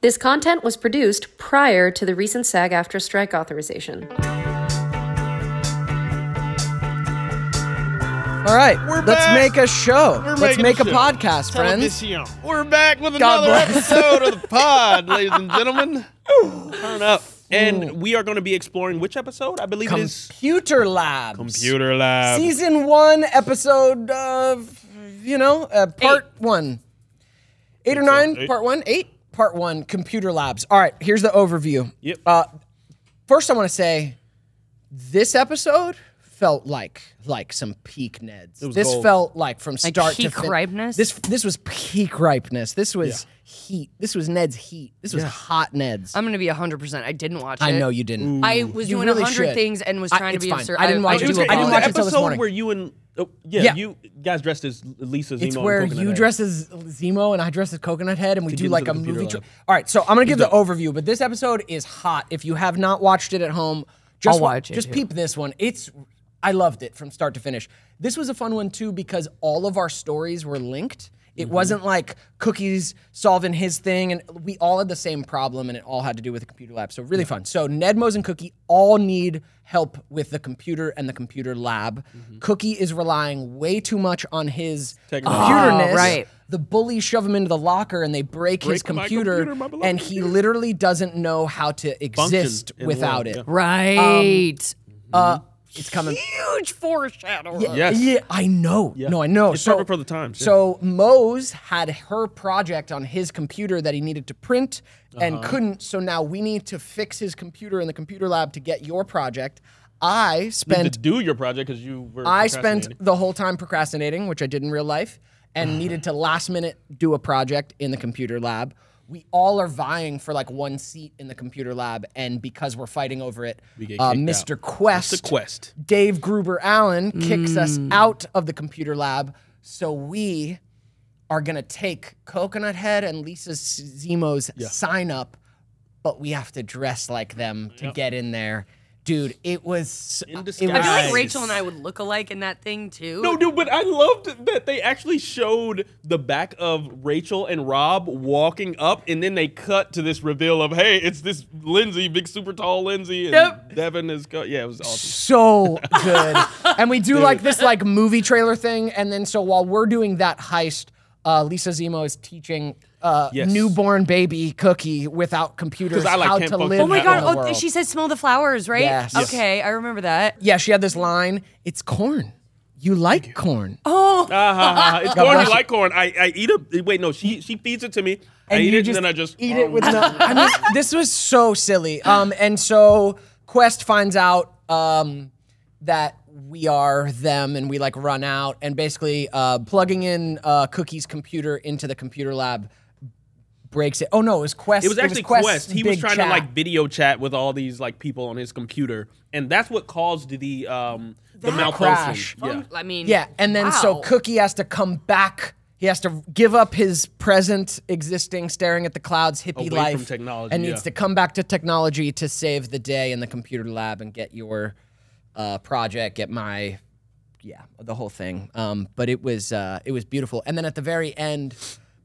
This content was produced prior to the recent SAG after strike authorization. All right, We're let's make back. a show. We're let's making make a, show. podcast, friends. Television. We're back with God another bless. episode of the pod, ladies and gentlemen. Turn up. And we are going to be exploring which episode? I believe it is Computer Labs. Computer Lab. Season one, episode of you know, uh, part one, eight or nine, Eight. part one, eight, part one. Computer Labs. All right, here's the overview. Yep. Uh, first, I want to say this episode felt like like some peak Neds. was This gold. felt like from start to peak fin- ripeness? This this was peak ripeness. This was heat. This was Ned's heat. This was hot Ned's. I'm gonna be 100. percent I didn't watch I it. know you didn't. I was Mm. You doing a really 100 should. things and was I- trying to it's be fine. absurd. I didn't watch it do till- I didn't the watch it apologize. till this episode morning. where you and oh, yeah, Yeah. you guys dressed as Lisa Zemo. It's and where Coconut you Head. dress as Zemo and I dress as Coconut Head, and we do into like the a computer movie. lab. Tr- All right, so I'm gonna give the overview, but this episode is hot. If you have not watched it at home, just I'll wa- watch it, just too. peep this one. It's I loved it from start to finish. This was a fun one too because all of our stories were linked. It Mm-hmm. wasn't like cookies solving his thing, and we all had the same problem, and it all had to do with the computer lab. So really fun. So Ned Mose and Cookie all need help with the computer and the computer lab. Mm-hmm. Cookie is relying way too much on his Technology. computerness. right. The bullies shove him into the locker and they break, his my computer, computer, my beloved and he literally doesn't know how to Function exist in the without world, it. Um, yeah. Right. Uh, it's coming. Huge foreshadowing. Yes. Yeah, I know. No, I know. It's so, perfect for the times, yeah. So Mose had her project on his computer that he needed to print and Uh-huh. couldn't. So now we need to fix his computer in the computer lab to get your project. I to spent do your project because you were. I spent procrastinating. Uh-huh. the whole time procrastinating, which I did in real life, and needed to last minute do a project in the computer lab. We all are vying for like one seat in the computer lab, and because we're fighting over it, get uh, kicked Mr. out. Quest, Mr. Quest. Dave Gruber Allen kicks us Hmm. out of the computer lab, so we are gonna take Coconut Head and Lisa S- Zemo's sign up, but we have to dress like them to get in there. Dude, it was In it was- disguise. I feel Nice. like Rachel and I would look alike in that thing too. No, dude, but I loved that they actually showed the back of Rachel and Rob walking up, and then they cut to this reveal of, hey, it's this Lindsay, big super tall Lindsay, and Devin is, co- yeah, it was awesome. so good. and we do like this like movie trailer thing, and then so while we're doing that heist, uh, Lisa Zemo is teaching uh, Yes. newborn baby Cookie without computers 'Cause I, like, how can't to function live. Oh my in god! the Oh, world. she said, "Smell the flowers," right? Yes. Yes. Okay, I remember that. yeah, she had this line. It's corn. You like corn. Oh, Ah, ha, ha, ha. It's corn. bless You you. like corn. I, I eat it. Wait, no, she she feeds it to me. I eat it, and then I just eat it with no. I mean, this was so silly. Um, and so Quest finds out um that we are them, and we like run out, and basically uh, plugging in uh, Cookie's computer into the computer lab breaks it. Oh no, it was Quest. It was actually Quest's Quest. He was big trying chat. to like video chat with all these like people on his computer, and that's what caused the um the crash. malfunction. Yeah. I mean, Yeah, and then so wow. Cookie has to come back. He has to give up his present existing staring at the clouds hippie Away from life technology, and yeah. needs to come back to technology to save the day in the computer lab and get your uh, project, get my yeah, the whole thing. Um, but it was uh, it was beautiful. And then at the very end,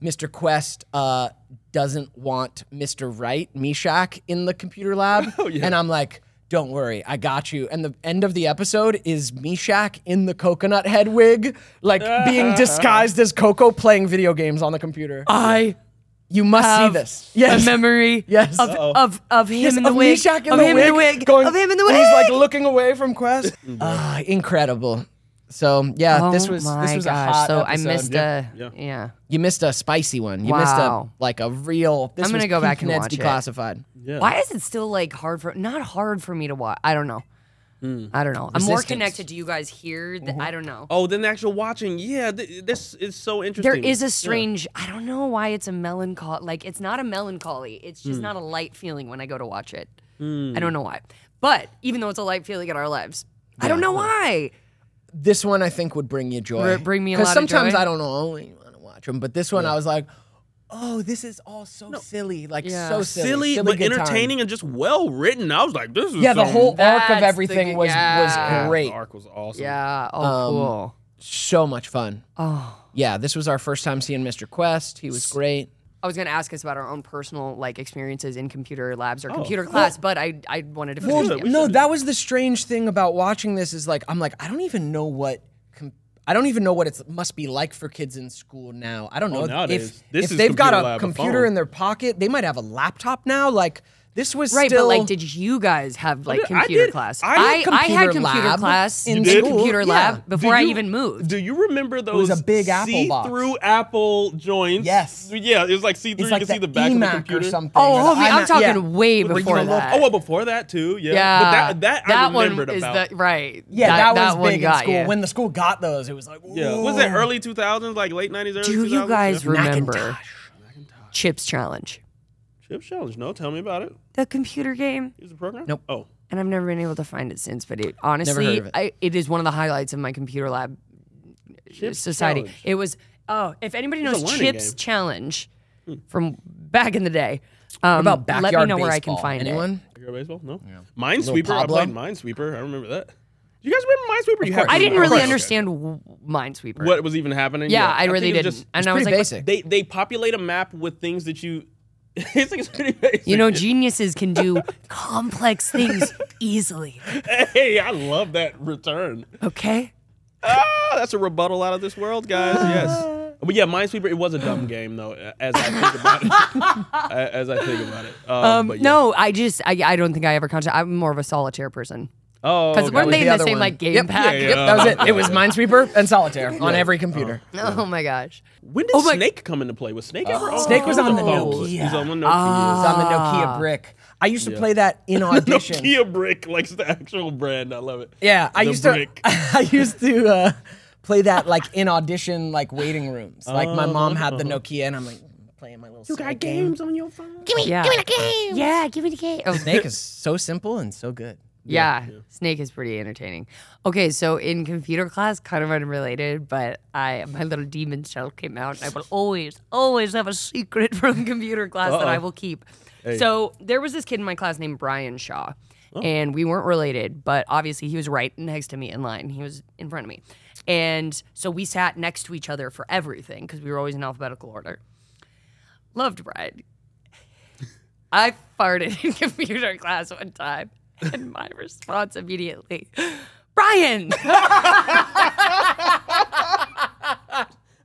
Mr. Quest uh, doesn't want Mr. Right Mishak in the computer lab, Oh, and I'm like. Don't worry, I got you. And the end of the episode is Mishak in the coconut head wig, like being disguised as Coco playing video games on the computer. I You must have see this. Yes. a memory Yes. of, Uh-oh. of of him Yes, in the of wig, Meshack in of the him wig, in the wig, going- of him in the and wig. He's like looking away from Quest. Mm-hmm. Ah, incredible. So yeah, this Oh was my this was a gosh. hot so episode. I missed Yeah, a yeah. yeah. You missed a spicy one. You missed a Wow. like a real. This I'm gonna was go peak back and Ned's watch it. declassified. Yeah. Why is it still like hard for not hard for me to watch? I don't know. I don't know. I'm more Resistance. connected to you guys here. Th- I don't know. Oh, then the actual watching. Yeah, th- this is so interesting. There is Yeah. a strange. I don't know why it's a melancholy. Like it's not a melancholy. It's Hmm. just not a light feeling when I go to watch it. I don't know why. But even though it's a light feeling in our lives, I don't know why. This one I think would bring you joy. R- bring me a lot of sometimes joy? I don't know only want to watch them, but this one I was like, oh, this is all so silly, like Yeah. so silly, silly, silly but good time. entertaining and just well written. I was like, this is Yeah, the some- whole arc That's of the everything good- was yeah. was The great. arc was awesome. Yeah. Oh, Um, cool. So much fun. Oh. Yeah, this was our first time seeing Mr. Quest. He was great. I was gonna ask us about our own personal like experiences in computer labs or Oh, computer class, but I I wanted to finish Well, the episode. no, that was the strange thing about watching this is like I'm like I don't even know what com- I don't even know what it must be like for kids in school now. I don't know nowadays, if this if is they've got computer a lab, a computer phone. in their pocket, they might have a laptop now. Like this was right, still but like, did you guys have like did- I computer did- class? I had had computer computer lab class in in did? computer school, lab yeah. before I you- even moved. Do you remember those was a big Apple box. see-through Apple joints? Yes. Yeah, it was like see-through. it's you like could the see the back EMAC of the computer. or something. oh, or the homie, I'm iMac, talking yeah. way Where you before can look- that. Oh, well, before that too. Yeah. yeah, But that that, I remembered one is about. the right. Yeah, that, was one big in got school. you. When the school got those, it was like, yeah. whoa. Was it early 2000s, like late 90s, early 2000s? do you guys Yeah. remember Chips Challenge, Chip Challenge? No, tell me about it. the computer game? Use the program. Nope. Oh, And I've never been able to find it since. But it heard honestly, of it. I, it is one of the highlights of my computer lab Chips society. Challenge. It was oh, if anybody was a knows learning Chips game. Hmm. Challenge from back in the day, um, about backyard let me know where I can baseball? find Anyone? it. Backyard baseball? No. Minesweeper. I Pablo? played Minesweeper. I remember that. Do you guys remember Minesweeper? You have to I didn't remember. really Okay. understand w- Minesweeper. what was even happening. Yeah, I think really it was didn't. just- and I was Pretty like, basic. they they populate a map with things that you. it's like it's pretty basic. you know, geniuses can do complex things easily. hey, I love that return. Okay. Ah, that's a rebuttal out of this world, guys. Yes. Ah. But yeah, Minesweeper. It was a dumb game though. uh, As I think about it, A- as I think about it. Um, Um, but yeah. No, I just I, I don't think I ever contacted. I'm more of a solitaire person. Oh, Because okay. weren't was they the in the other same one. like game Yep. pack? Yeah, Yep, yeah. that was it. It was Minesweeper and Solitaire on every computer. Oh my gosh. when did Oh my- Oh. Snake come into play? Was Snake ever? on Snake was on the phone? Nokia. He's on the Nokia. Ah. It's on the Nokia brick. I used to play that in audition. Nokia brick, like it's the actual brand. I love it. Yeah, I The used to. brick. I used to uh, play that like in audition, like waiting rooms. Like my mom had the Nokia, and I'm like playing my little. Oh. You got games. on your phone. Yeah. Give me the game. Yeah, give me the game. Oh, Snake is so simple and so good. Yeah, Snake is pretty entertaining. Okay, so in computer class, kind of unrelated, but I my little demon self came out. And I will always, always have a secret from computer class that I will keep. So there was this kid in my class named Brian Shaw, and we weren't related, but obviously he was right next to me in line. He was in front of me, and so we sat next to each other for everything because we were always in alphabetical order. Loved Brian. I farted in computer class one time, and my response immediately, Brian.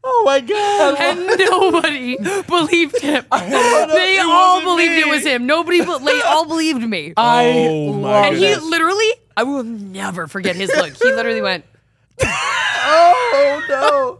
Oh my god! And nobody believed him. They it all wasn't believed it me. was him. Nobody, be- they all believed me. I Oh my love and he that. goodness. literally, I will never forget his look. He literally went. Oh no!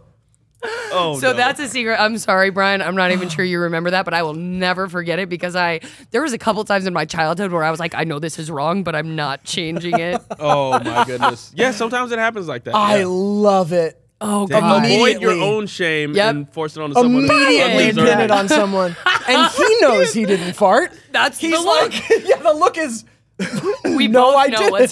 Oh, So no. that's a secret. I'm sorry, Brian. I'm not even sure you remember that, but I will never forget it because I there was a couple times in my childhood where I was like, I know this is wrong, but I'm not changing it. Oh my goodness. Yeah, sometimes it happens like that. I yeah. love it. Oh Then god. you avoid your Immediately. own shame Yep. and force it onto someone who Immediately undeserving. pin it on someone, and he knows he didn't fart. That's He's the look. like, yeah, the look is. we no, both I know didn't. what's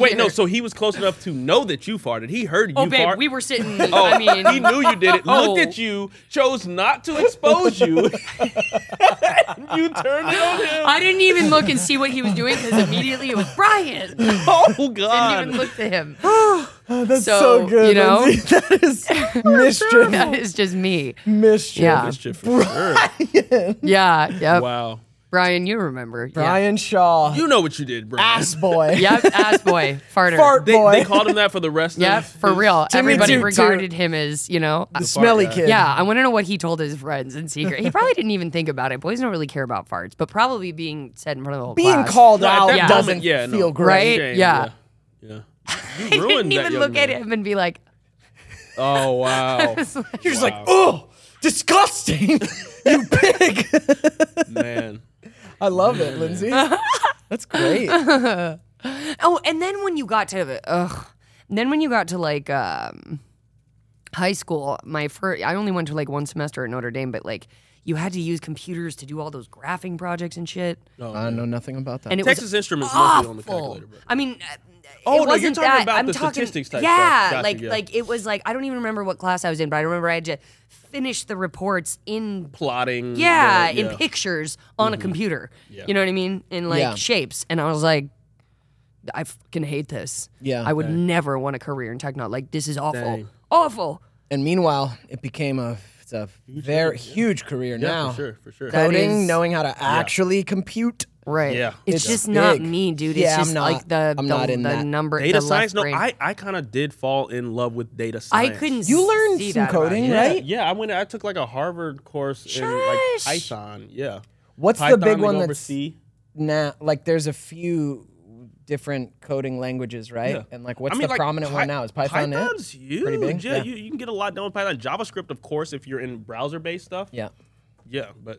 Wait, no. here. So he was close enough to know that you farted. He heard you Oh, babe, fart. we were sitting. Oh, I mean, he knew you did it. Oh. Looked at you, chose not to expose you. and you turned it on him. I didn't even look and see what he was doing because immediately it was Brian. Didn't oh even God. look to him. Oh, that's so, So, good. you know? Lindsay. that is mischief. That is just me. Mischief. Yeah. Shit for sure. Yeah. Yep. Wow. Brian, you remember. yeah. Brian Shaw, You know what you did, bro. ass boy. Yep, ass boy, farter. Fart They, boy. they called him that for the rest Yep, of for real. Timmy Everybody Toot Toot. regarded him as, you know. uh, the smelly guy. kid. Yeah, I want to know what he told his friends in secret. He probably didn't even think about it. Boys don't really care about farts, but probably being said in front of the whole Being class. called Right, at out that doesn't moment, yeah, no. feel Right? great. Shame, yeah. Yeah. You I didn't ruined that even young look at man. him and be like, Oh wow, You're just like, oh, disgusting. you pig. man. I love it, Lindsay. That's great. oh. And then when you got to, ugh. And then when you got to like um, high school, my first, I only went to like one semester at Notre Dame, but like you had to use computers to do all those graphing projects and shit. I know nothing about that. And it was Texas Instruments mostly on the calculator, bro. I mean, uh, Oh, no, it you're wasn't talking that. about I'm the talking, statistics type stuff. yeah, Gotcha, like yeah. like it was like I don't even remember what class I was in, but I remember I had to finish the reports in Plotting. yeah, the- in pictures on a computer. You know what I mean? In like Mm-hmm. Yeah. shapes, and I was like. I fucking hate this. Yeah. I would never want a career in technology. Like this is awful, awful. And meanwhile, it became a it's a very huge career now. For sure, for sure. That Coding, is- knowing how to actually compute. Right? Yeah. It's, It's just not big. me, dude. Yeah, it's I'm just not- like the I'm the, not in the that. number Data the left science. No, brain. I, I kind of did fall in love with data I science. couldn't. You learned see some that about coding, it. Yeah, right? yeah, I went. I took like a Harvard course in like Python. Yeah. What's the Python big and one over that's- C. Now, like there's a few different coding languages, right? And like, what's I mean, the like, prominent one Py- now? Is Python Python's it? huge. Pretty big, Yeah, yeah. You, you can get a lot done with Python. JavaScript, of course, if you're in browser-based stuff. Yeah. Yeah, but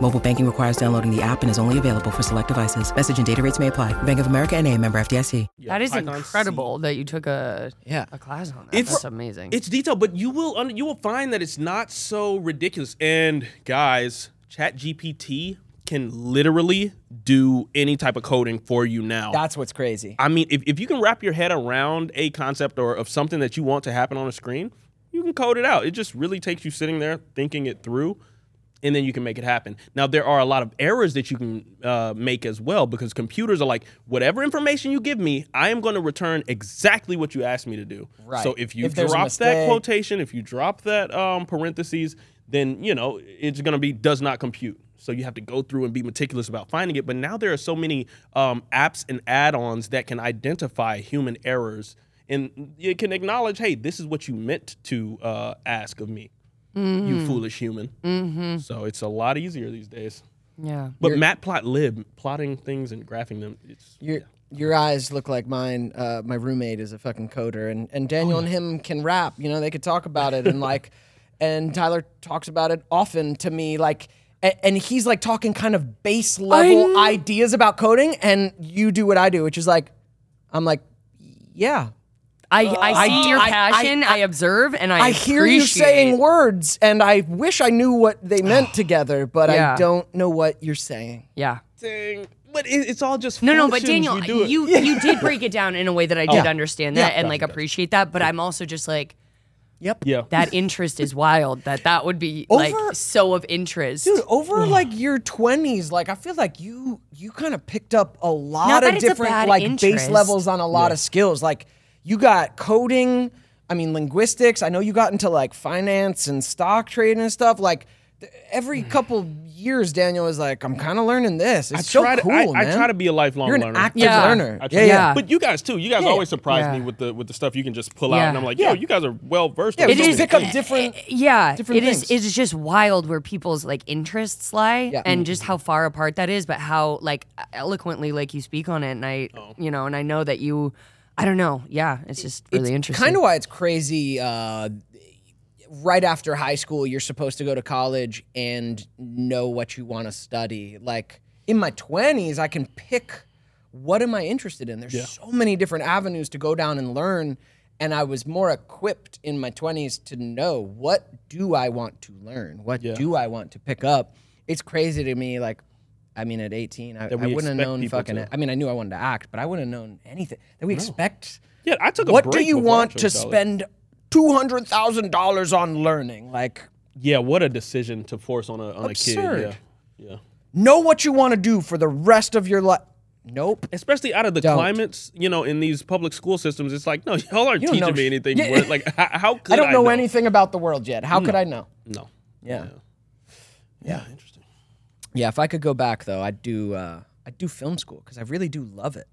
Mobile banking requires downloading the app and is only available for select devices. Message and data rates may apply. Bank of America and a member FDIC. yeah, That is Python C. incredible that you took a Yeah. a class on that. It's- That's amazing. It's detailed, but you will un- you will find that it's not so ridiculous. And guys, ChatGPT can literally do any type of coding for you now. That's what's crazy. I mean, if, if you can wrap your head around a concept or of something that you want to happen on a screen, you can code it out. It just really takes you sitting there thinking it through, and then you can make it happen. Now, there are a lot of errors that you can uh, make as well because computers are like, whatever information you give me, I am going to return exactly what you asked me to do. Right. So if you If there's a drop that mistake- quotation, if you drop that um, parentheses, then you know it's going to be does not compute. So you have to go through and be meticulous about finding it. But now there are so many um, apps and add-ons that can identify human errors and it can acknowledge, hey, this is what you meant to uh, ask of me, you foolish human. Mm-hmm. So it's a lot easier these days. yeah. But matplotlib, plotting things and graphing them, it's Your your eyes look like mine. Uh, my roommate is a fucking coder, and Oh, and Daniel and him can rap. You know, they could talk about it, and like, and Tyler talks about it often to me, like. a- And he's like talking kind of base level ideas about coding, and you do what I do, which is like, I'm like, yeah, I, I see your I- I- passion. I, observe and I I hear you saying appreciate. words, and I wish I knew what they meant together, but Yeah. I don't know what you're saying. Yeah. dang. But it, it's all just No, no, but functions. Daniel, do it. you you did break it down in a way that I did understand that Yeah. and like appreciate that. But I'm also just like Yep. yeah. that interest is wild. That that would be Over- like so of interest. Dude, over like your twenties, like I feel like you you kind of picked up a lot Not that of it's a different bad like base interest. levels on a lot of skills. Like you got coding, I mean linguistics. I know you got into like finance and stock trading and stuff. Like th- every couple years, Daniel is like, I'm kind of learning this. It's so try to- cool, I- I man. try to be a lifelong You're learner. an active Yeah. learner. I Yeah, try- yeah. Yeah. But you guys too. You guys Yeah. always surprise Yeah. me with the with the stuff you can just pull out, Yeah. and I'm like, yo, you guys are well versed. Yeah, in we It so just many pick up things. different. yeah, it is. different things. It is just wild where people's like interests lie, Yeah. and just how far apart that is. But how like eloquently like you speak on it, and I, Oh. you know, and I know that you, I don't know. Yeah, it's just really interesting. Kind of why it's crazy. Uh, right after high school, you're supposed to go to college and know what you want to study. Like in my 20s, I can pick what am I interested in. There's so many different avenues to go down and learn. And I was more equipped in my 20s to know what do I want to learn? What do I want to pick up? It's crazy to me. Like I mean, at 18, I, I That we wouldn't have expect known people fucking. to. I mean, I knew I wanted to act, but I wouldn't have known anything that we expect. Yeah, I took a What do break you before I want chose to college. spend two hundred thousand dollars on learning? Like, Yeah, what a decision to force on a on a kid. Absurd. Yeah. Yeah. know what you want to do for the rest of your life. Nope. Especially out of the Don't. climates, you know, in these public school systems, it's like, no, y'all aren't You don't teaching know me sh- anything. Yeah. worth- Like, how, how could I don't know, know anything about the world yet. How could I know? No. Yeah. yeah. Yeah. Interesting. if I could go back though, I'd do uh I'd do film school because I really do love it.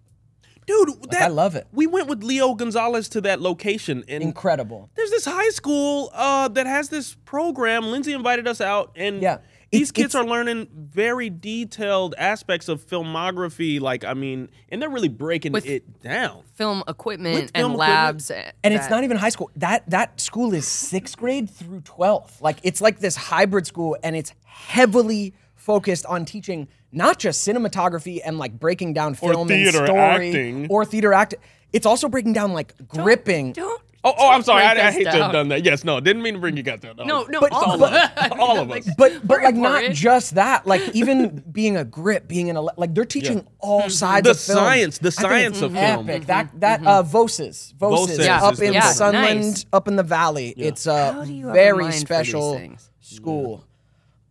Dude, that I love it. We went with Leo Gonzalez to that location and Incredible. there's this high school uh, that has this program. Lindsay invited us out, and Yeah. these It's- it's- kids are learning very detailed aspects of filmography. Like, I mean, and they're really breaking With- it down. Film equipment With and film equipment. labs. And it's not even high school. That that school is sixth grade through twelfth. Like it's like this hybrid school, and it's heavily focused on teaching not just cinematography and like breaking down film theater and story acting. or theater acting. It's also breaking down like gripping. Don't. Oh, oh, I'm sorry. break I, I us hate to have down. done that. Yes, no, didn't mean to bring you guys down. No, no, But- all, but- of us. all of us. But but We're like not important. just that, like even being a grip, being an ele- like they're teaching Mm-hmm. all sides The of film. science- the I think science it's of film. epic. That that uh, Voces, Voces, Voces up is in the one. Sunland, Nice. up in the valley. It's a do you have a very mind for these special things? school.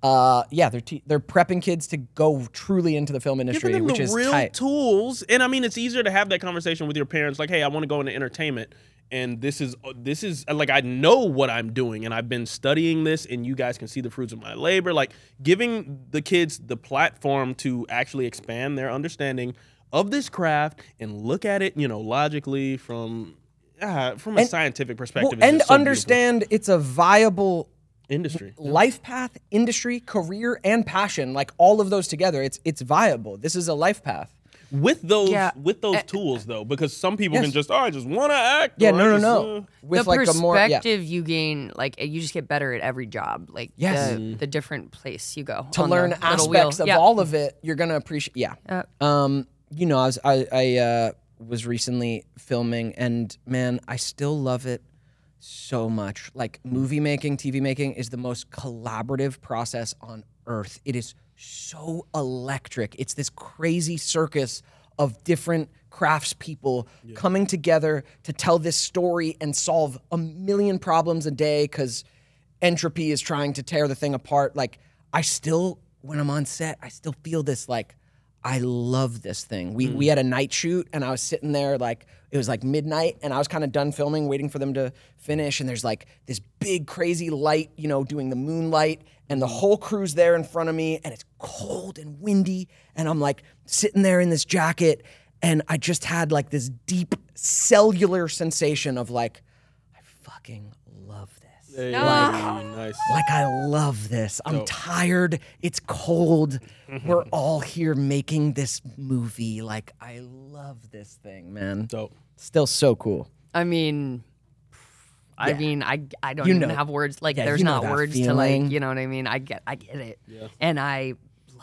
Uh, yeah, they're te- they're prepping kids to go truly into the film Giving industry, them which the is real tight. tools, and I mean, it's easier to have that conversation with your parents. Like, hey, I want to go into entertainment, and this is uh, this is like I know what I'm doing, and I've been studying this, and you guys can see the fruits of my labor. Like, giving the kids the platform to actually expand their understanding of this craft and look at it, you know, logically from ah, from a scientific Well, perspective, is and just so beautiful. understand it's a viable industry. life path, industry, career, and passion. Like all of those together, it's it's viable. This is a life path. with those Yeah. with those tools though, because some people can Yes. just oh, I just want to act. Yeah, or I no, no, just, no. uh," With Mm. the like a perspective more yeah. you gain, like you just get better at every job, like Yes. Mm-hmm. the, the different place you go to on the learn little aspects wheel. of Yeah. all of it, you're gonna appreciate. Yeah. Yeah. Um, you know, I was I, I uh, was recently filming, and man, I still love it so much. Like movie making, TV making is the most collaborative process on earth. It is so electric. It's this crazy circus of different craftspeople coming together to tell this story and solve a million problems a day because entropy is trying to tear the thing apart. Like I still, when I'm on set, I still feel this like I love this thing. We we had a night shoot and I was sitting there like it was like midnight and I was kind of done filming, waiting for them to finish. And there's like this big crazy light, you know, doing the moonlight, and the whole crew's there in front of me, and it's cold and windy, and I'm like sitting there in this jacket, and I just had like this deep cellular sensation of like, I fucking love this. Hey, nice. Like, I love this. I'm tired. It's cold. Mm-hmm. We're all here making this movie. Like, I love this thing, man. Dope. Still so cool. I mean, I mean, I I don't You even know- have words. Like, yeah, there's you know not that words to like, feeling. you know what I mean? I get, I get it, and I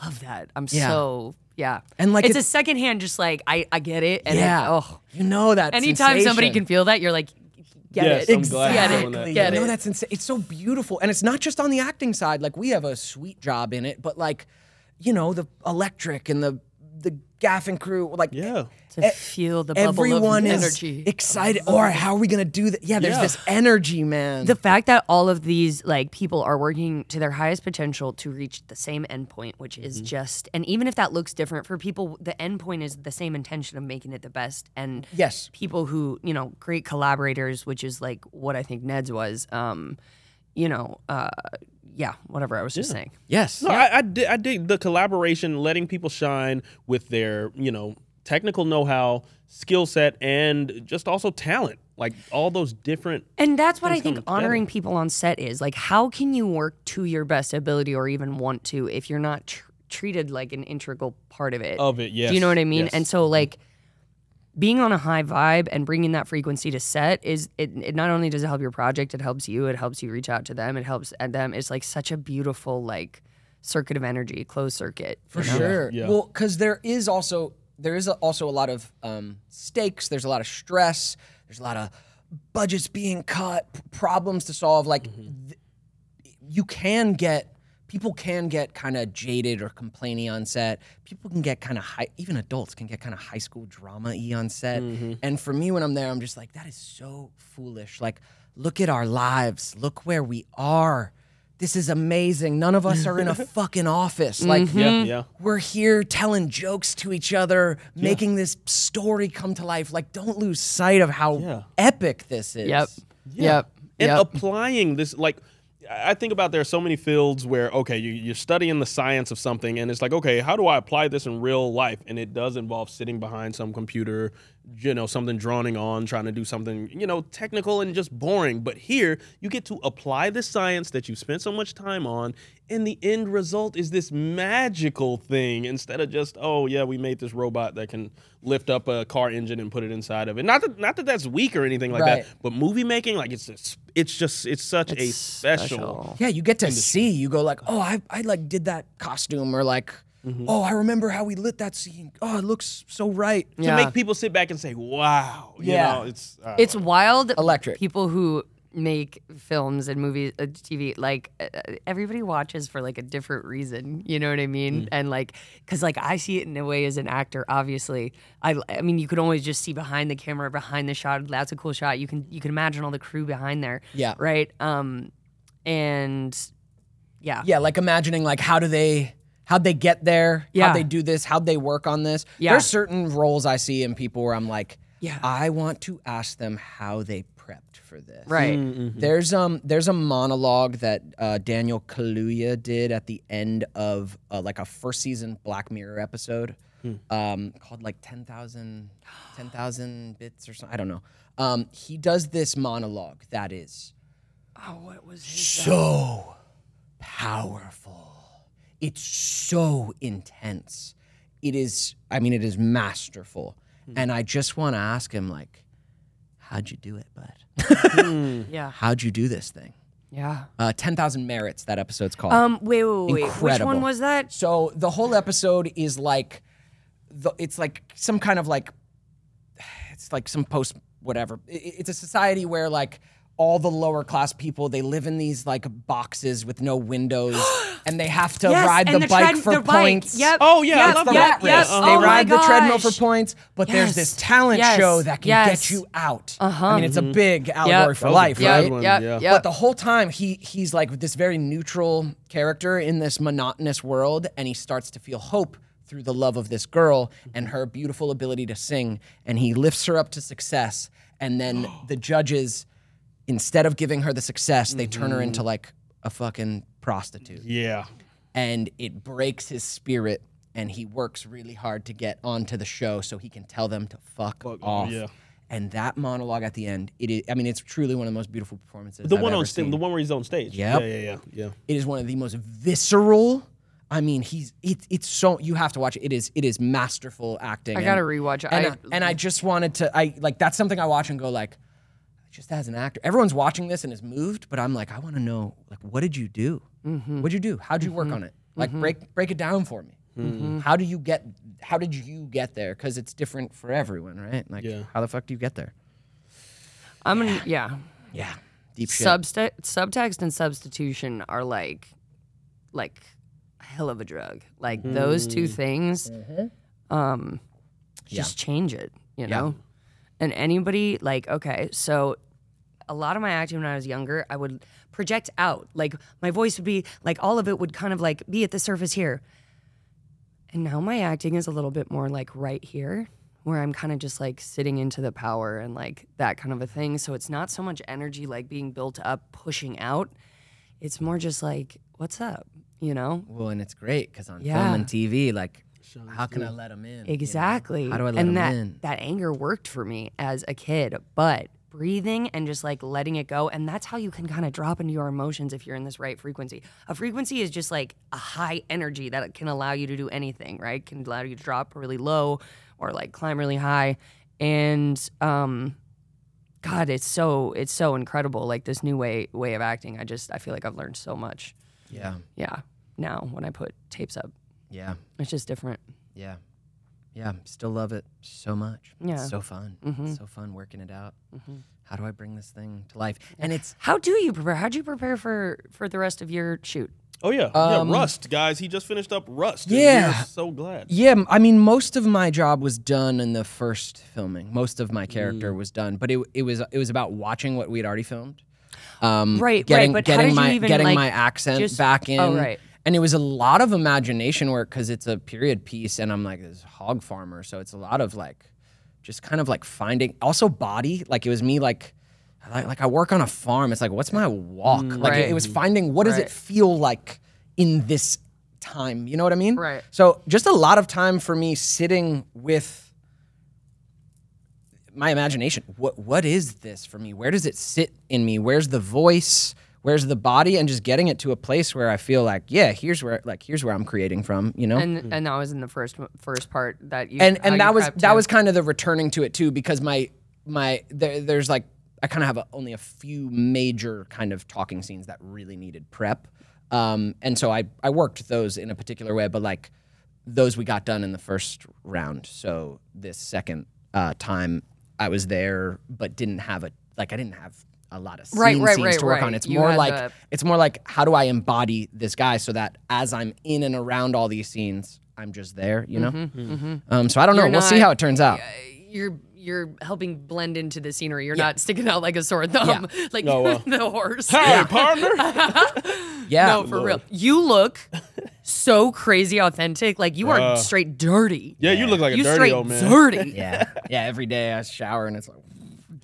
love that. I'm Yeah. so yeah. And, like, it's a it's- secondhand, just like I I get it. And yeah. It, oh, You know that. anytime somebody sensation. can feel that, you're like, get Yes, it, I'm glad get you're it, doing that. get you it. know that's insane. It's so beautiful, and it's not just on the acting side. Like we have a sweet job in it, but like, you know, the electric and the the gaffing crew, like e-, Yeah. to feel the bubble everyone of is energy. excited. Or how are we gonna do that? Yeah, there's Yeah. this energy, man. the fact that all of these like people are working to their highest potential to reach the same endpoint which Mm-hmm. is just and even if that looks different for people the endpoint is the same intention of making it the best and yes, people who you know great collaborators which is like what i think ned's was um you know uh yeah whatever i was just saying yes. No, I, I, dig, I dig the collaboration, letting people shine with their, you know, technical know-how, skill set, and just also talent. Like all those different. And that's what I things come think together. honoring people on set is. Like, how can you work to your best ability or even want to if you're not tr- treated like an integral part of it? Of it, Do you know yes, what I mean? yes. Mm-hmm. And so, like, being on a high vibe and bringing that frequency to set is it, it not only does it help your project, it helps you, it helps you reach out to them, it helps at them. It's like such a beautiful, like, circuit of energy, closed circuit. for sure. Yeah. Well, because there is also there is a, also a lot of um, stakes. There's a lot of stress. There's a lot of Mm-hmm. budgets being cut, p- problems to solve. Like th- you can get people can get kind of jaded or complaining on set. People can get kind of high, even adults can get kind of high school drama y on set. Mm-hmm. And for me, when I'm there, I'm just like, that is so foolish. Like, look at our lives, look where we are. This is amazing. None of us are in a fucking office. Like, Mm-hmm. hmm. Yeah, yeah. we're here telling jokes to each other, making this story come to life. Like, don't lose sight of how epic this is. Yep. Yep. and yep. applying this like i I think about there are so many fields where okay you, you're studying the science of something and it's like okay how do i apply this in real life and it does involve sitting behind some computer you know something droning on trying to do something you know technical and just boring but here you get to apply the science that you spent so much time on and the end result is this magical thing instead of just oh yeah we made this robot that can lift up a car engine and put it inside of it not that not that that's weak or anything like Right. that but movie making like it's a, s- it's just it's such a special, Yeah, you get to see. You go like, oh, I, I like did that costume, or like, oh, I remember how we lit that scene. Oh, it looks so right. to make people sit back and say wow you Yeah. know it's uh, It's wild. Electric. People who make films and movies, uh, TV, like uh, uh, everybody watches for like a different reason. You know what I mean? Mm. And like, cause like I see it in a way as an actor. Obviously, I, I mean, you can always just see behind the camera, behind the shot. That's a cool shot. You can you can imagine all the crew behind there. Yeah. Right. Um, and yeah. Yeah, like imagining like how do they how'd they get there? Yeah. How'd they do this? How'd they work on this? Yeah. There's certain roles I see in people where I'm like, Yeah. I want to ask them how they prepped for this. Right. There's um there's a monologue that uh, Daniel Kaluuya did at the end of uh, like a first season Black Mirror episode, um called like 10,000 10,000 bits or something. I don't know. Um, he does this monologue that is so powerful. It's so intense. It is, I mean, it is masterful. And I just want to ask him, like, how'd you do it, bud? Yeah. how'd you do this thing? Yeah. Uh, 10,000 Merits, that episode's called. Um. Wait. Wait. Wait. Which Incredible. one was that? So the whole episode is like, the, it's like some kind of like, it's like some post whatever. I- i- It's a society where like all the lower class people they live in these like boxes with no windows, and they have to Yes, ride and the the bike tread- for the bike. points. Yep. Oh, yeah, I Yep, love The Yeah, rat yeah. race. Oh They my ride the treadmill for gosh. points, but there's this Yes. talent Yes. show that can Yes. get you out. Uh-huh. I mean, it's a big Yep. allegory Mm-hmm. That for was a life, big right? one. Yep. yeah. Yep. But the whole time he he's like this very neutral character in this monotonous world, and he starts to feel hope through the love of this girl and her beautiful ability to sing, and he lifts her up to success, and then the judges, instead of giving her the success, they turn her Mm-hmm. into like a fucking prostitute yeah and it breaks his spirit and he works really hard to get onto the show so he can tell them to fuck, off. yeah. And that monologue at the end, it is, I mean, it's truly one of the most beautiful performances. the I've one ever on st- seen. the one where he's on stage Yep. yeah yeah yeah yeah It is one of the most visceral. I mean, he's it, it's so you have to watch it. It is it is masterful acting. I gotta And- rewatch it. And I- I, and I just wanted to I like that's something I watch and go like, just as an actor, everyone's watching this and is moved, but I'm like, I want to know like what did you do? Mm-hmm. What'd you do? How'd you work on it? Like break break it down for me. How do you get? How did you get there? Because it's different for everyone, right? Like, Yeah. how the fuck do you get there? I'm gonna. Yeah. Yeah, deep shit. Substa- subtext and substitution are like like a hell of a drug like those two Mm-hmm. things um just change it you know and anybody like okay so a lot of my acting when I was younger, I would project out. Like my voice would be like all of it would kind of like be at the surface here. And now my acting is a little bit more like right here, where I'm kind of just like sitting into the power and like that kind of a thing. So it's not so much energy like being built up, pushing out. It's more just like, what's up? You know? Well, and it's great because on Yeah. film and TV, like, how can I let them in? you know? Exactly. How do I let and them that, in? That anger worked for me as a kid, but breathing and just like letting it go. And that's how you can kind of drop into your emotions if you're in this right frequency. A frequency is just like a high energy that can allow you to do anything, right? Can allow you to drop really low or like climb really high. And um God, it's so it's so incredible. Like this new way way of acting. I just I feel like I've learned so much. yeah, Yeah. Now when I put tapes up. yeah. It's just different. Yeah. Yeah. Still love it so much. Yeah. Mm-hmm. It's so fun. It's so fun working it out. How do I bring this thing to life? And it's How do you prepare? How do you prepare for for the rest of your shoot? Oh yeah, Um, yeah. Rust, guys. He just finished up Rust. and Yeah. we're so glad. Yeah, m- I mean, most of my job was done in the first filming. Most of my character was done, but it it was it was about watching what we had already filmed. Um, Right, right, getting, but how getting did you my even, getting like, my accent just- back in. oh, right. And it was a lot of imagination work because it's a period piece, and I'm like this hog farmer, so it's a lot of like, just kind of like finding also body. Like it was me like. Like, like I work on a farm. It's like, what's my walk? like it, right. it was finding what does it Mm-hmm. Right. feel like in this time. You know what I mean? Right. So just a lot of time for me sitting with my imagination. What what is this for me? Where does it sit in me? Where's the voice? Where's the body? And just getting it to a place where I feel like, yeah, here's where like here's where I'm creating from, you know? And And and that was in the first mo- first part that you and, how you that was prepped that him. was kind of the returning to it too, because my my there, there's like I kind of have a, only a few major kind of talking scenes that really needed prep, um, and so I I worked those in a particular way, but like those we got done in the first round. So this second uh, time I was there, but didn't have a like I didn't have a lot of scene Right, right, scenes right, to work right. on. It's You more had like the- it's more like how do I embody this guy so that as I'm in and around all these scenes, I'm just there. You know. Mm-hmm, Um, so I don't know. You're we'll see not- how it turns out. you're you're helping blend into the scenery. You're not sticking out like a sore thumb, like Oh, well. the horse. Hey, partner. Yeah. No, for real. You look so crazy authentic. Like you are straight dirty. Uh. Yeah, you look like a you dirty straight old man. dirty, yeah. Yeah. Every day I shower and it's like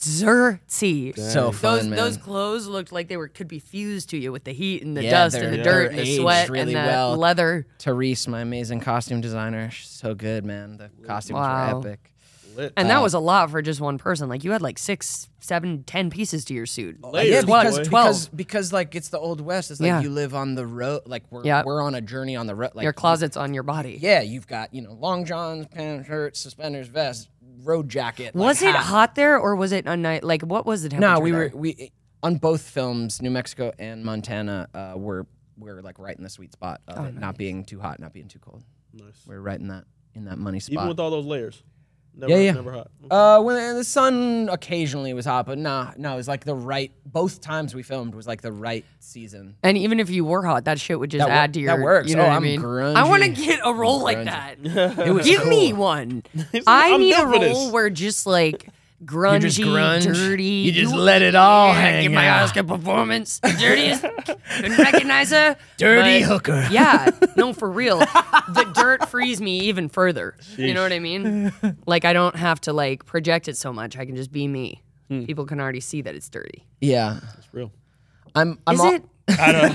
dirty. so fun, Those man. those clothes looked like they were could be fused to you with the heat and the Yeah, dust and they're- the dirt they're and the aged sweat really and the well. leather. Therese, my amazing costume designer, she's so good, man. The costumes Wow. were epic. And Uh, that was a lot for just one person. Like you had like six, seven, ten pieces to your suit. Like, Yeah, Yeah, It's what, because, because- twelve. because because like it's the old west. It's like Yeah. you live on the road. Like we're Yeah. we're on a journey on the road. Like your closet's on your body. Yeah, you've got you know long johns, pants, shirts, suspenders, vest, road jacket. like, Was it hat. hot there or was it a night? Like what was the temperature? No, we were there? we on both films, New Mexico and Montana, uh, were were like right in the sweet spot of it, not being too hot, not being too cold. Nice. We're right in that in that money spot. Even with all those layers. Never, Yeah, yeah. Never hot. uh, when the sun occasionally was hot, but nah, no, it was like the right. Both times we filmed was like the right season. And even if you were hot, that shit would just That wor- add to your. that works. You know Oh, what I I'm mean? grungy. I want to get a role like that. Give me one. I I'm need a built for this. role where just like grungy, just grunge. dirty. You just let it all yeah, Oh, hang Give my out. Oscar performance. Dirtiest. couldn't recognize her. Dirty but- hooker. Yeah. No, for real. the dirt frees me even further. You know what I mean? Like I don't have to like project it so much. I can just be me. People can already see that it's dirty. Yeah, It's real. I'm. I'm Is al- it?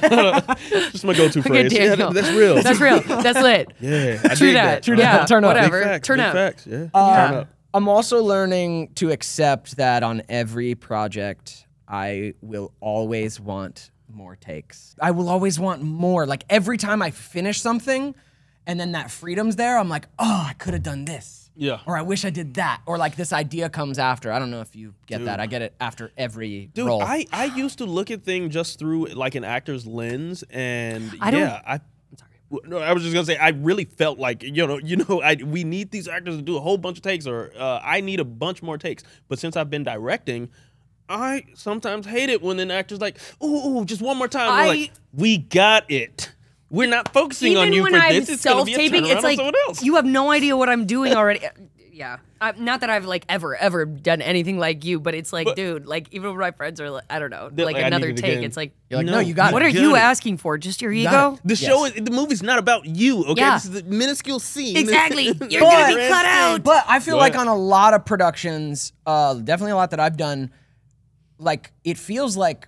Just my go-to Good phrase. damn, Yeah, no. that- that's real. That's real. That's lit. yeah, I True dig that. True yeah, that. Turn up. Whatever. Big facts. Turn big up. Uh, Facts. Yeah. Turn up. Um, I'm also learning to accept that on every project, I will always want more takes. I will always want more. Like every time I finish something and then that freedom's there, I'm like, oh, I could have done this. Yeah. Or I wish I did that. Or like this idea comes after. I don't know if you get that. I get it after every Dude, role. I, I used to look at things just through like an actor's lens, and I don't- yeah, I. I'm sorry. No, I was just gonna say I really felt like you know you know I we need these actors to do a whole bunch of takes, or uh, I need a bunch more takes. But since I've been directing, I sometimes hate it when an actor's like, "Ooh, ooh, just one more time." We're I- like, we got it. We're not focusing on you when for I'm this. It's gonna be a self-taping, turnaround it's like on someone else. you have no idea what I'm doing already. Uh, yeah, I, not that I've like ever ever done anything like you, but it's like, dude, like even when my friends are, like, I don't know, They're like, like, I need another it take. again. It's like, You're like, no, you got what it. are you Good. asking for? Just got your it. ego? the show, is, the movie's not about you. Okay, Yeah. this is the minuscule scene. Exactly. You're gonna be But- cut out. But I feel like What? on a lot of productions, uh, definitely a lot that I've done, like it feels like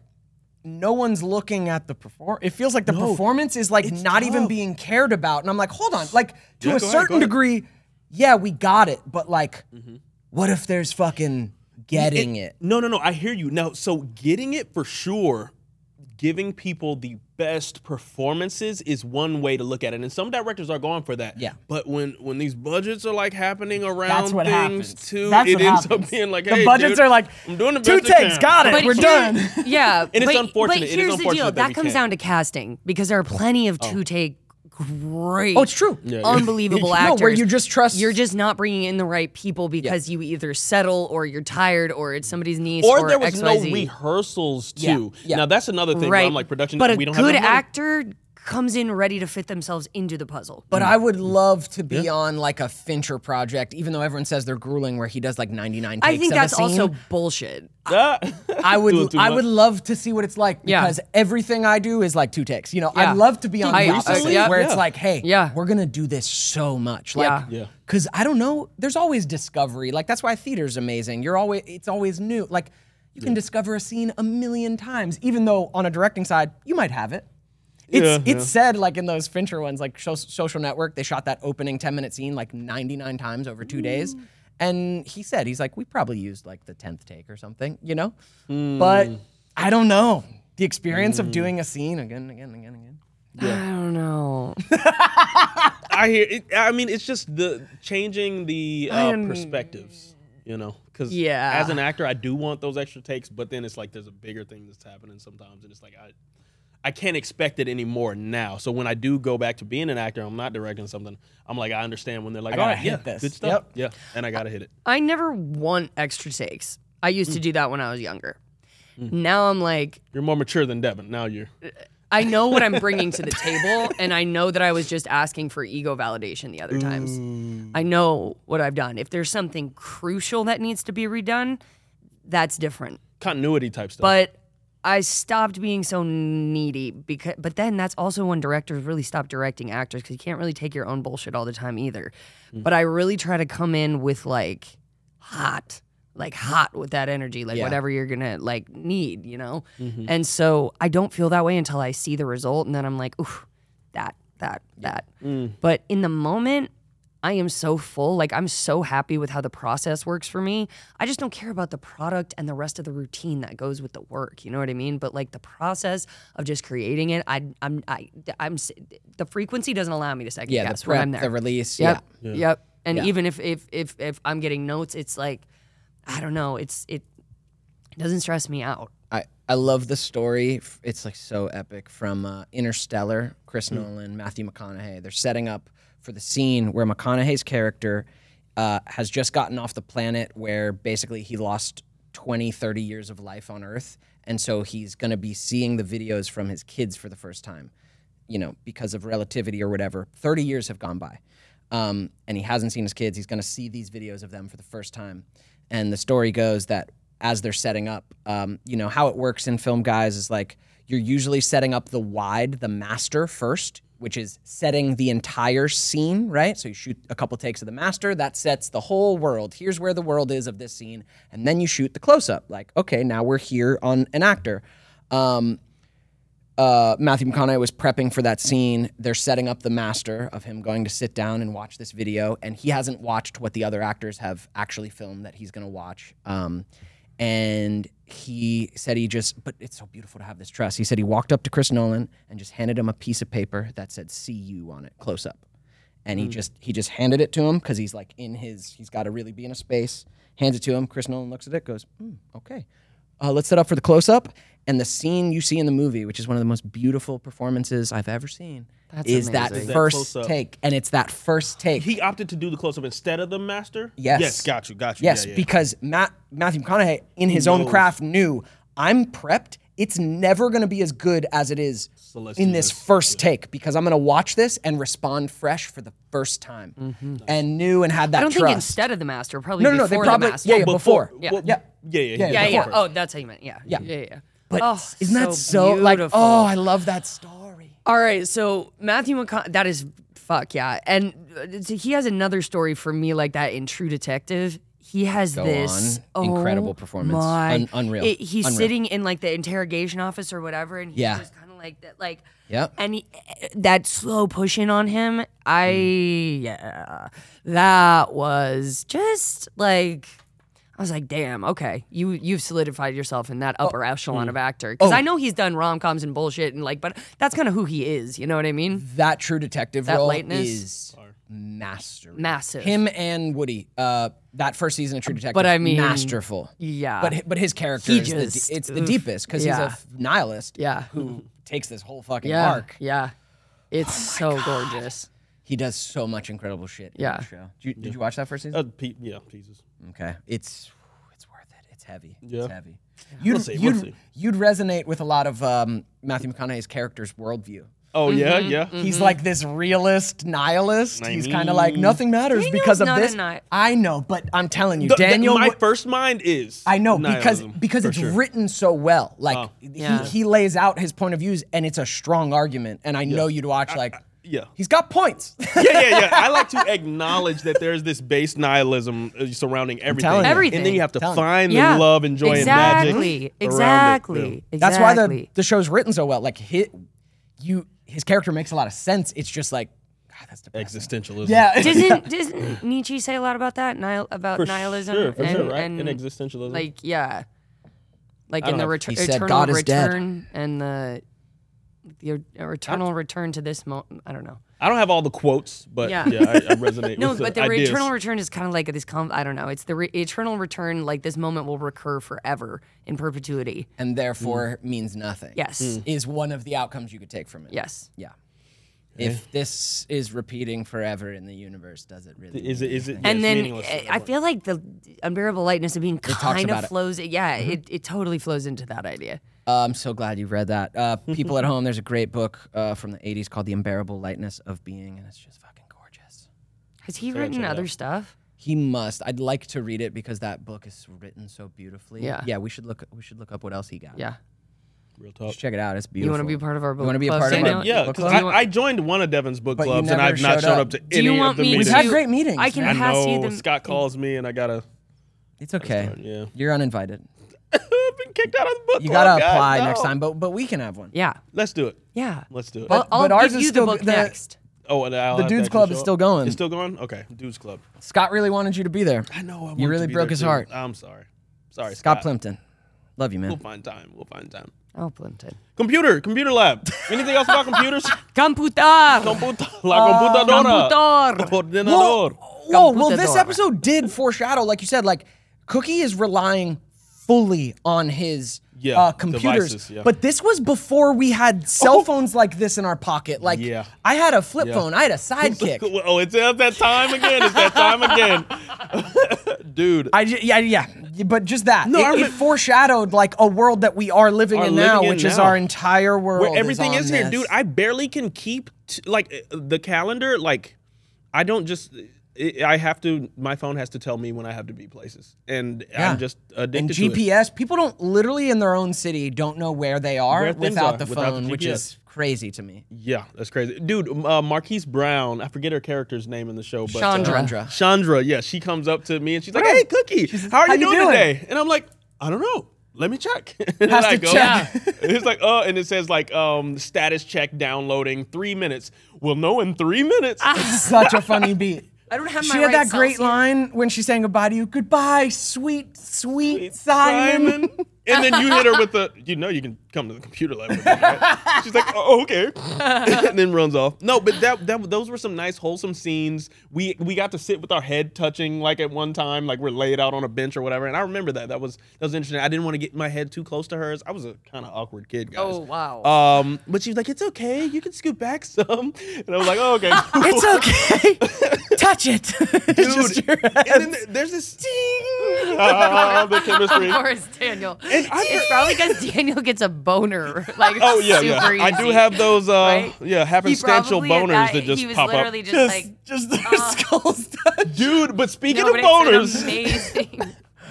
no one's looking at the perform. It feels like the performance is like not even being cared about, and I'm like, hold on, like to Yeah, a go ahead, go certain ahead. degree, yeah, we got it, but like, Mm-hmm. what if there's fucking getting it? No, no, no. I hear you. Now, so getting it for sure, giving people the best performances is one way to look at it. And some directors are going for that. Yeah. But when when these budgets are like happening around That's what things happens. too, That's it what ends happens. up being like the hey, budgets dude, are like I'm doing the two best I takes, can." got it, But we're here- done. Yeah, it's but, unfortunate. But It is here's the unfortunate deal: that that we comes can't. Oh. down to casting because there are plenty of two take great. Oh, it's true. Yeah, Unbelievable No, actors. where you just trust- You're just not bringing in the right people because you either settle or you're tired or it's somebody's niece Or, or, there was no XYZ. rehearsals too. yeah. Now that's another thing. where Right. I'm like production. But a we don't have good enough money. actor comes in ready to fit themselves into the puzzle. Mm. But I would love to be on like a Fincher project, even though everyone says they're grueling, where he does like 99 takes I think of a that's also scene. bullshit. Ah. I Doing would too I much. would love to see what it's like Yeah. because everything I do is like two takes. You know, Yeah. I'd love to be on I- the opposite Recently? where Yeah. it's like, hey, Yeah. we're gonna do this so much. Like Yeah. Yeah. Cause I don't know, there's always discovery. Like that's why theater's amazing. You're always it's always new. Like you can discover a scene a million times, even though on a directing side, you might have it. It's Yeah, it's said like in those Fincher ones, like Sho- Social Network, they shot that opening ten minute scene like ninety nine times over two days, and he said he's like we probably used like the tenth take or something, you know, Mm. but I don't know the experience of doing a scene again, again, again, again. I don't know. I hear. It, I mean, it's just the changing the uh, perspectives. You know, because Yeah. as an actor, I do want those extra takes, but then it's like there's a bigger thing that's happening sometimes, and it's like I, I can't expect it anymore now. So when I do go back to being an actor, I'm not directing something. I'm like, I understand when they're like, gotta all right, hit yeah, this. good stuff, yeah, and I gotta hit it. I never want extra takes. I used Mm. to do that when I was younger. Now I'm like, You're more mature than Devin. Now you're. I know what I'm bringing to the table, and I know that I was just asking for ego validation the other times. I know what I've done. If there's something crucial that needs to be redone, that's different. continuity type stuff. But I stopped being so needy because. But then that's also when directors really stop directing actors because you can't really take your own bullshit all the time either. But I really try to come in with like hot, like hot with that energy, like Yeah. whatever youver you're gonna like need, you know? And so I don't feel that way until I see the result and then I'm like, ooh, that, that, that. Mm. But in the moment, I am so full. Like I'm so happy with how the process works for me. I just don't care about the product and the rest of the routine that goes with the work. You know what I mean? But like the process of just creating it, I, I'm, I, I'm, s- the frequency doesn't allow me to second Yeah, guess the when prep, I'm there. the release. Yep. Yeah. Yep. And even if, if if if I'm getting notes, it's like I don't know. It's it doesn't stress me out. I, I love the story. F- It's like so epic from uh, Interstellar, Chris Nolan, Matthew McConaughey. They're setting up for the scene where McConaughey's character uh, has just gotten off the planet where basically he lost 20, 30 years of life on Earth. And so he's going to be seeing the videos from his kids for the first time, you know, because of relativity or whatever. 30 years have gone by. Um, and he hasn't seen his kids. He's going to see these videos of them for the first time. And the story goes that as they're setting up. Um, you know, how it works in film, guys, is like you're usually setting up the wide, the master first, which is setting the entire scene, right? So you shoot a couple takes of the master, that sets the whole world. Here's where the world is of this scene. And then you shoot the close up, like, okay, now we're here on an actor. Um, uh, Matthew McConaughey was prepping for that scene. They're setting up the master of him going to sit down and watch this video, and he hasn't watched what the other actors have actually filmed that he's going to watch. Um, and he said he just, but it's so beautiful to have this trust. He said he walked up to Chris Nolan and just handed him a piece of paper that said "See you" on it, close up, and he just he just handed it to him because he's like in his, he's got to really be in a space. Hands it to him. Chris Nolan looks at it, goes, "Hmm, "Okay." uh, let's set up for the close up. And the scene you see in the movie, which is one of the most beautiful performances I've ever seen, is that amazing. Is that first close-up. take. And it's that first take. he opted to do the close up instead of the master. Yes. Yes. Got you. Got you. yes, Yeah, yeah, yeah. because Matt, Matthew McConaughey, in his own knows. craft, knew I'm prepped. It's never going to be as good as it is let's in do this this. first take because I'm going to watch this and respond fresh for the first time Mm-hmm. and knew and had that I don't trust. think instead of the master, probably No, no, no, they before probably- the master. yeah, yeah, yeah, before. Yeah. Yeah. Yeah. Yeah. Yeah. Yeah, yeah. yeah. before. Oh, that's how you meant. Yeah, yeah, yeah. yeah. but oh, isn't that so, like, beautiful. oh, I love that story. All right, so Matthew McConaughey, that is fuck yeah, and uh, it's- he has another story for me like that in True Detective. He has Go this on. oh Incredible performance. my- Un- unreal. It- he's Unreal. sitting in like the interrogation office or whatever, and he's Yeah. just kind of like that, like Yep. and he, that slow pushing on him. I Mm. yeah, that was just like. I was like, "Damn, okay, you you've solidified yourself in that Oh, upper mm. echelon of actor." Because I know he's done rom coms and bullshit and like, but that's kind of who he is. You know what I mean? that true detective That role lightness? is masterful. Massive. Him and Woody, uh, that first season of True Detective, I mean, masterful. yeah. but hi- but his character Ah. He is just- the, de- it's the oof, deepest because he's a yeah. f- nihilist Yeah. who takes this whole fucking Yeah, arc. yeah. It's Oh so gorgeous. He does so much incredible shit. in Yeah. that show. Did you, did you watch that first season? Uh, pe- yeah. Pieces. okay, it's it's worth it. It's heavy. Uh, Yeah. It's heavy. You'd, see, we'll you'd, see. you'd resonate with a lot of um, Matthew McConaughey's character's worldview. Mm-hmm. Oh yeah, yeah. He's like this realist nihilist. I He's kind of like nothing matters Daniel's because of not a this. ni- I know, but I'm telling you, The- the- Daniel. my w- first mind is. I know because nihilism, because for it's sure. Oh, written so well. Like Yeah. he, he lays out his point of views, and it's a strong argument. And I know you'd watch like, yeah. he's got points. yeah, yeah, yeah. I like to acknowledge that there's this base nihilism uh, surrounding everything. telling you. And then Everything. you have to Telling you. find Yeah. and love and joy and exactly. magic. Exactly. around it. Yeah. Exactly. That's why the the show's written so well. Like hit you, his character makes a lot of sense. It's just like, God, that's depressing. Existentialism. Yeah, doesn't doesn't Nietzsche say a lot about that? Nihil about For nihilism sure, for and, sure, right? and, And existentialism. like yeah, like I in don't the know. retu- He said eternal God is dead. return and the your eternal return to this moment. I don't know. I don't have all the quotes, but Yeah. yeah, I, I resonate No, with but the the ideas. eternal return is kind of like this. Com- I don't know. It's the re- eternal return. Like this moment will recur forever in perpetuity. and therefore means nothing. Yes. is one of the outcomes you could take from it. Yes. Yeah. If this is repeating forever in the universe, does it really? Is it? Is it? and yeah, it's then meaningless. uh, I feel like the unbearable lightness of being kind about of it. Mm-hmm. flows. Yeah, it, it totally flows into that idea. Uh, I'm so glad you read that. Uh, people at home, there's a great book uh, from the '80s called "The Unbearable Lightness of Being," and it's just fucking gorgeous. Has he written other stuff? He must. I'd like to read it because that book is written so beautifully. Yeah. Yeah. We should look. We should look up what else he got. Yeah. Real talk. Just check it out. It's You beautiful. want to be part of our book wanna be a club, part of our Daniel? book Yeah, club? because Do I, you want- I joined one of Devin's book But you clubs and never I've not showed shown up. up to Do any you of want the me meetings. We've had great meetings. I can I pass know you the Scott calls me and I gotta. It's okay. yeah. You're uninvited. I've been kicked out of the book. You club, gotta guys, apply next no. time, but but we can have one. Yeah. Let's do it. Yeah. Let's do it. I'll, I'll but ours give is you still- the book the- next. oh, and I'll The have to Dude's actually Club is show up. still going. It's still going. Okay, Dude's Club. Scott really wanted you to be there. I know. I You really broke his heart. I'm sorry. Sorry, Scott, Scott. Plimpton. Love you, man. We'll find time. We'll find time. Oh, Plimpton. Computer, computer lab. Anything else about computers? Computar. Computa, la computadora. computor. Ordenador. Whoa, well, this Computador. episode did foreshadow, like you said, like Cookie is relying fully on his Yeah, uh, computers. devices, yeah. Oh. But this was before we had cell phones like this in our pocket. Like, Yeah. I had a flip Yeah. phone, I had a sidekick. Oh, it's at that time again. It's that time again. Dude. I ju- yeah, yeah, but just that. No, it, I it remember- foreshadowed like a world that we are living Are in living now, in which is now. our entire world. where everything on is, here, this. dude. I barely can keep t- like uh, the calendar. Like, I don't just. I I have to. My phone has to tell me when I have to be places, and Yeah. I'm just addicted and to it. GPS. People don't literally in their own city don't know where they are Where things without are, the without the phone, which GPS. is crazy to me. Yeah, that's crazy, dude. um, Uh, Marquise Brown. I forget her character's name in the show, but uh, Chandra. Chandra. Chandra. Yeah, she comes up to me and she's like, "Hey, Cookie, how are you, "How you doing, doing?" today?" And I'm like, "I don't know. Let me check." And Has I to check. And it's like, "Uh," and it says like, um, "Status check downloading three minutes." Well, no, in three minutes. Such a funny beat. I don't have my She had right that great cells yet. line when she sang goodbye to you. Goodbye, sweet, sweet, Simon. Simon. And then you hit her with the, you know, you can come to the computer lab. With me, right? She's like, oh, okay, and then runs off. No, but that, that those were some nice wholesome scenes. We we got to sit with our head touching like at one time, like we're laid out on a bench or whatever. And I remember that. That was that was interesting. I didn't want to get my head too close to hers. I was a kind of awkward kid, guys. Oh, wow. Um, but she was like, it's okay, you can scoot back some. And I was like, oh, okay. It's okay. Touch it. It's Dude, just your and then there- there's this Ah, the chemistry. Of course, Daniel. I- it's probably because Daniel gets a boner. Like, Oh yeah, yeah. super I do easy, have those uh right? yeah, He happenstential probably boners at that, he just was pop up. literally Just like, uh. just their skulls touch. Dude, but speaking no, of but boners. It's an amazing.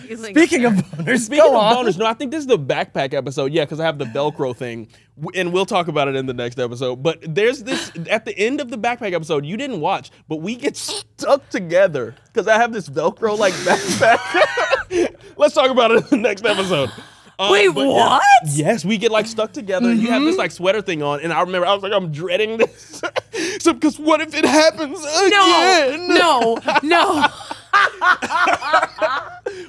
feeling. Speaking of boners, Speaking go of on. boners, no, I think this is the backpack episode. Yeah, because I have the Velcro thing, W- and we'll talk about it in the next episode. But there's this at the end of the backpack episode. You didn't watch, but we get stuck together because I have this Velcro like backpack. Let's talk about it in the next episode. Uh, Wait, but yeah. what? Mm-hmm. Yes, we get like stuck together. and You have this like sweater thing on, and I remember I was like, I'm dreading this. so, because what if it happens no, again? no, no.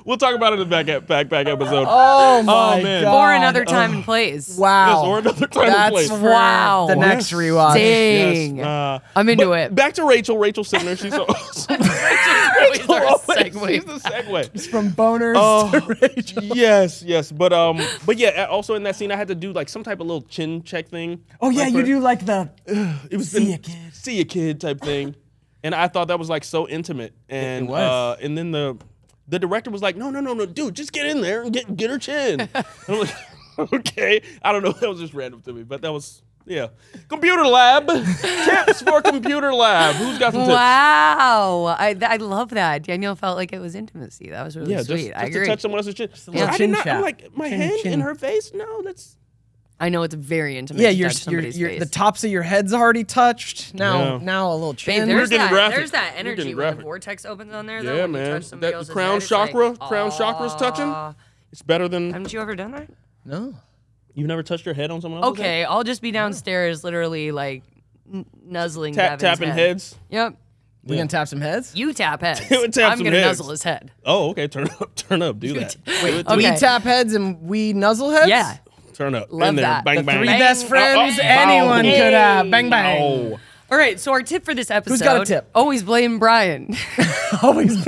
We'll talk about it in the back backpack episode. Oh my man. Uh, god. Or another time and place. Wow. Yes, or another time and That's place. for Wow. The next Yes. rewatch. Dang. Uh, I'm into it. Back to Rachel. Rachel Sitner. She's so. Rachel's always our She's segue. the segue. Oh, From boners to Rachel. yes, yes, but um, but yeah. Also in that scene, I had to do like some type of little chin check thing. Oh yeah, Like, you for- do like the It was See the ya, kid. see ya kid type thing, and I thought that was like so intimate. And was. Uh, and then the the director was like, no, no, no, no, dude, just get in there and get get her chin. And I'm like, okay, I don't know. That was just random to me, but that was Yeah. Computer lab. Tips for computer lab. Who's got some tips? Wow, I, th- I love that. Danielle felt like it was intimacy. That was really Yeah, just, sweet. just I to agree. touch someone else's chin. little I chin did not. chat. I'm like my Chin, hand chin. in her face. No, that's I know it's very intimate. Yeah, to your, touch your, somebody's your face. the tops of your head's already touched. Now Yeah. now a little Babe, chin. there's getting that, graphic. there's that We're energy getting when the graphic. vortex opens on there. Though, yeah, when You man. touch somebody That the else's crown head, it's like, chakra, crown chakra's "Aw." touching. It's better than Haven't you ever done that? no. you've never touched your head on someone else's. head? Okay, I'll just be downstairs, literally like n- nuzzling. Tap Gavin's tapping head. heads. Yep. We're gonna tap some heads? You tap heads. Tap some I'm gonna heads. nuzzle his head. Oh, okay. Turn up. Turn up. Do that. Wait, Okay. We tap heads and we nuzzle heads? Yeah. Turn up. Love in there. that. Bang The bang. Three Bang. best friends Oh, oh, anyone oh. could have. Bang bang. Oh. All right. So our tip for this episode. got a tip? Always blame Brian. Always.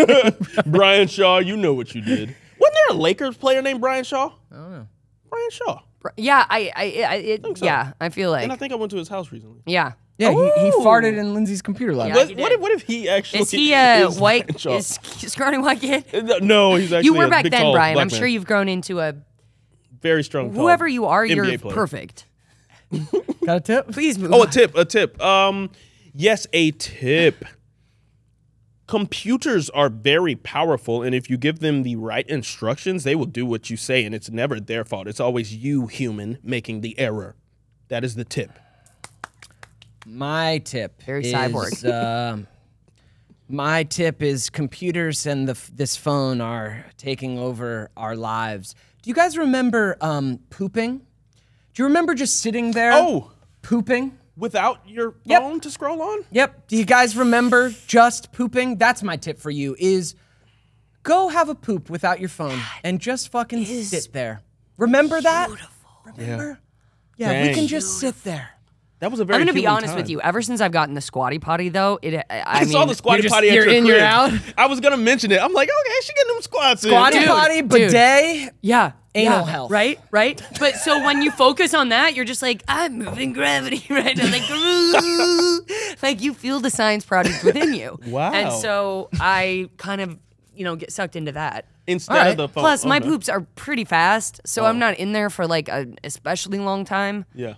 Brian Shaw, you know what you did. Wasn't there a Lakers player named Brian Shaw? I don't know. Brian Shaw. yeah. I. I. I it, so. Yeah. I feel like. And I think I went to his house recently. yeah. Yeah, he, he farted in Lindsay's computer lab. Yeah. What, he what did. if, what if he actually Is he a is Brian white? Shaw? Uh, Is scrawny white kid? no, he's actually You were a back big, then, tall Brian. black I'm sure man. you've grown into a very strong. tall whoever you are. NBA You're player. perfect. Got a tip? Please move. Oh, a tip, a tip. Um, yes, a tip. Computers are very powerful, and if you give them the right instructions, they will do what you say, and it's never their fault. It's always you, human, making the error. That is the tip. My tip. Very is, cyborg. um, my tip is computers and the f- this phone are taking over our lives. Do you guys remember um, pooping? Do you remember just sitting there? Oh. pooping. Without your phone Um, Yep. to scroll on? Yep. Do you guys remember just pooping? That's my tip for you. Is go have a poop without your phone and just fucking sit there. Remember that? Remember? Yeah, we Dang. can just sit there. That was a very. I'm gonna be human honest time. with you. Ever since I've gotten the squatty potty, though, it. I, I I, mean, saw the squatty just- potty. at you're your in, you're crib. out? I was gonna mention it. I'm like, okay, she getting them squats Body in. Dude, potty, dude. bidet, Yeah. Anal yeah, health. Right? Right? But so when you focus on that, you're just like, I'm moving gravity, right? I'm like, "Ooh." like you feel the science project within you. Wow. And so I kind of, you know, get sucked into that. Instead Alright. of the phone. Oh, Plus, my Okay. Oh. poops are pretty fast, so I'm not in there for like an especially long time. Yeah.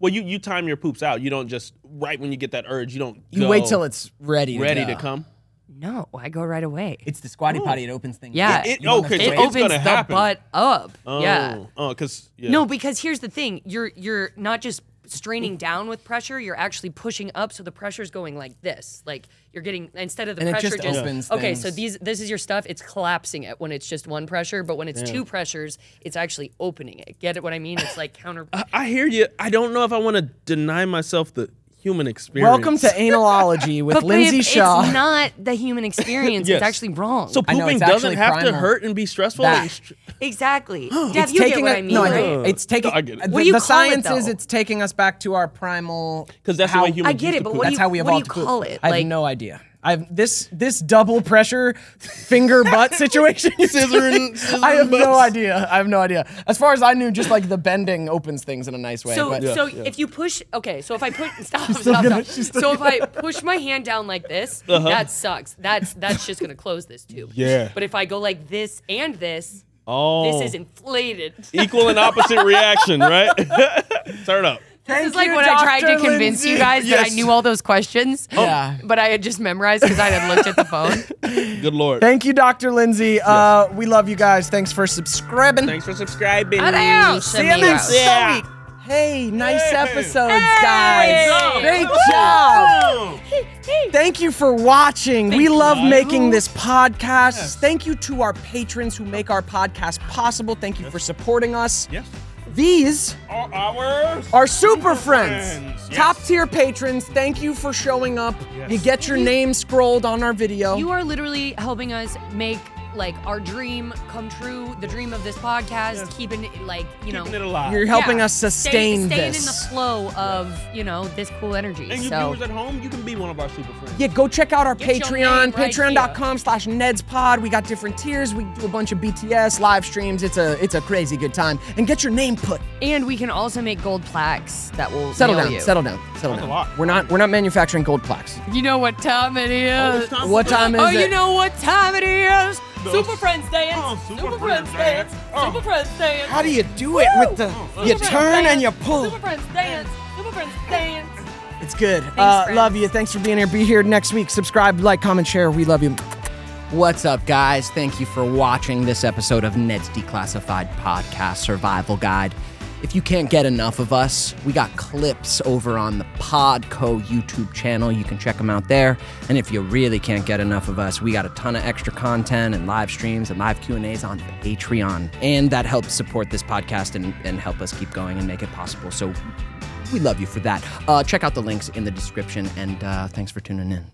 Well, you you time your poops out. You don't just right when you get that urge. You don't. You go wait till it's ready. ready go. to come. No, I go right away. It's the squatty potty. It opens things. Yeah. It, You don't oh, have because to It wait. it's opens gonna the happen. butt up. Oh, Yeah. Oh, because yeah. No, because here's the thing: you're you're not just straining down with pressure; you're actually pushing up, so the pressure's going like this. Like you're getting instead of the And it pressure just opens okay. So things. these this is your stuff. It's collapsing it when it's just one pressure, but when it's two pressures, it's actually opening it. Get it? What I mean? It's like counter. I hear you. I don't know if I want to deny myself the human experience. Welcome to analology with But Lindsay babe, Shaw. It's not the human experience. Yes. It's actually wrong. So I know, pooping it's actually doesn't have to primal. hurt and be stressful. That. It's tr- exactly. Def, you get what a- I mean, no, right? know. it's taking. I get it. The, What do you the call science it, though? is it's taking us back to our primal. 'Cause that's the way humans I get used it, to but poop. what do That's you, how we what do you evolved. to poop. call it? I have no idea. I've this this double pressure finger butt situation. you're Scissor and- doing, scissor I have and no butts. idea. I have no idea. As far as I knew, just like the bending opens things in a nice way. So, but so if you push, okay. So if I put, stop, stop, gonna- Uh-huh. she's stop. So if I push my hand down like this, that sucks. That's that's just gonna close this tube. Yeah. But if I go like this and this, oh. this is inflated. equal and opposite reaction, right? Turn up. this is Thank like you, when I tried to Dr. convince you Lindsay. Oh. guys that I Yes. knew all those questions. Yeah. But I had just memorized because I had looked at the phone. Good lord. Thank you, Dr. Lindsay. Uh, we love you guys. Thanks for subscribing. Thanks for subscribing. Adios, See you next amigos. Yeah. week. Hey, nice Hey. episodes, guys. Great job. Thank you for watching. we love making this podcast. Thank you to our patrons who make our podcast possible. Thank you for supporting us. Yes. These All hours. are super friends, friends. Yes. top tier patrons. Thank you for showing up. You get your name scrolled on our Oh. video. You are literally helping us make like our dream come true, the dream of this podcast, keeping it like you know. Keeping it alive. You're helping Yeah. us Stay- sustain staying this. in the flow of you know this cool energy. and you so viewers at home, you can be one of our super friends. Yeah, go check out our Get your Patreon, name right patreon.com slash Ned's Pod. We got different tiers. We do a bunch of BTS live streams. It's a it's a crazy good time. And get your name put. and we can also make gold plaques that will Settle mail down, You. settle down, settle down. a lot. We're not we're not manufacturing gold plaques. You know what time it Oh, is? it's time What for the- time is Oh, it? you know what time it is? Super Friends dance. Oh, Super Super Friends Friends dance. dance. Oh. Super Friends dance. How do you do it with the Oh, you Super Friends turn and dance. you pull? Super Friends dance. Super girlfriend's dance. It's good. uh, friend. love you. Thanks for being here. Be here next week. Subscribe, like, comment, share. We love you. What's up, guys? Thank you for watching this episode of Ned's Declassified Podcast Survival Guide. If you can't get enough of us, we got clips over on the Podco YouTube channel. You can check them out there. And if you really can't get enough of us, we got a ton of extra content and live streams and live Q&As on Patreon. And that helps support this podcast and, and help us keep going and make it possible. So we love you for that. Uh, check out the links in the description. And uh, thanks for tuning in.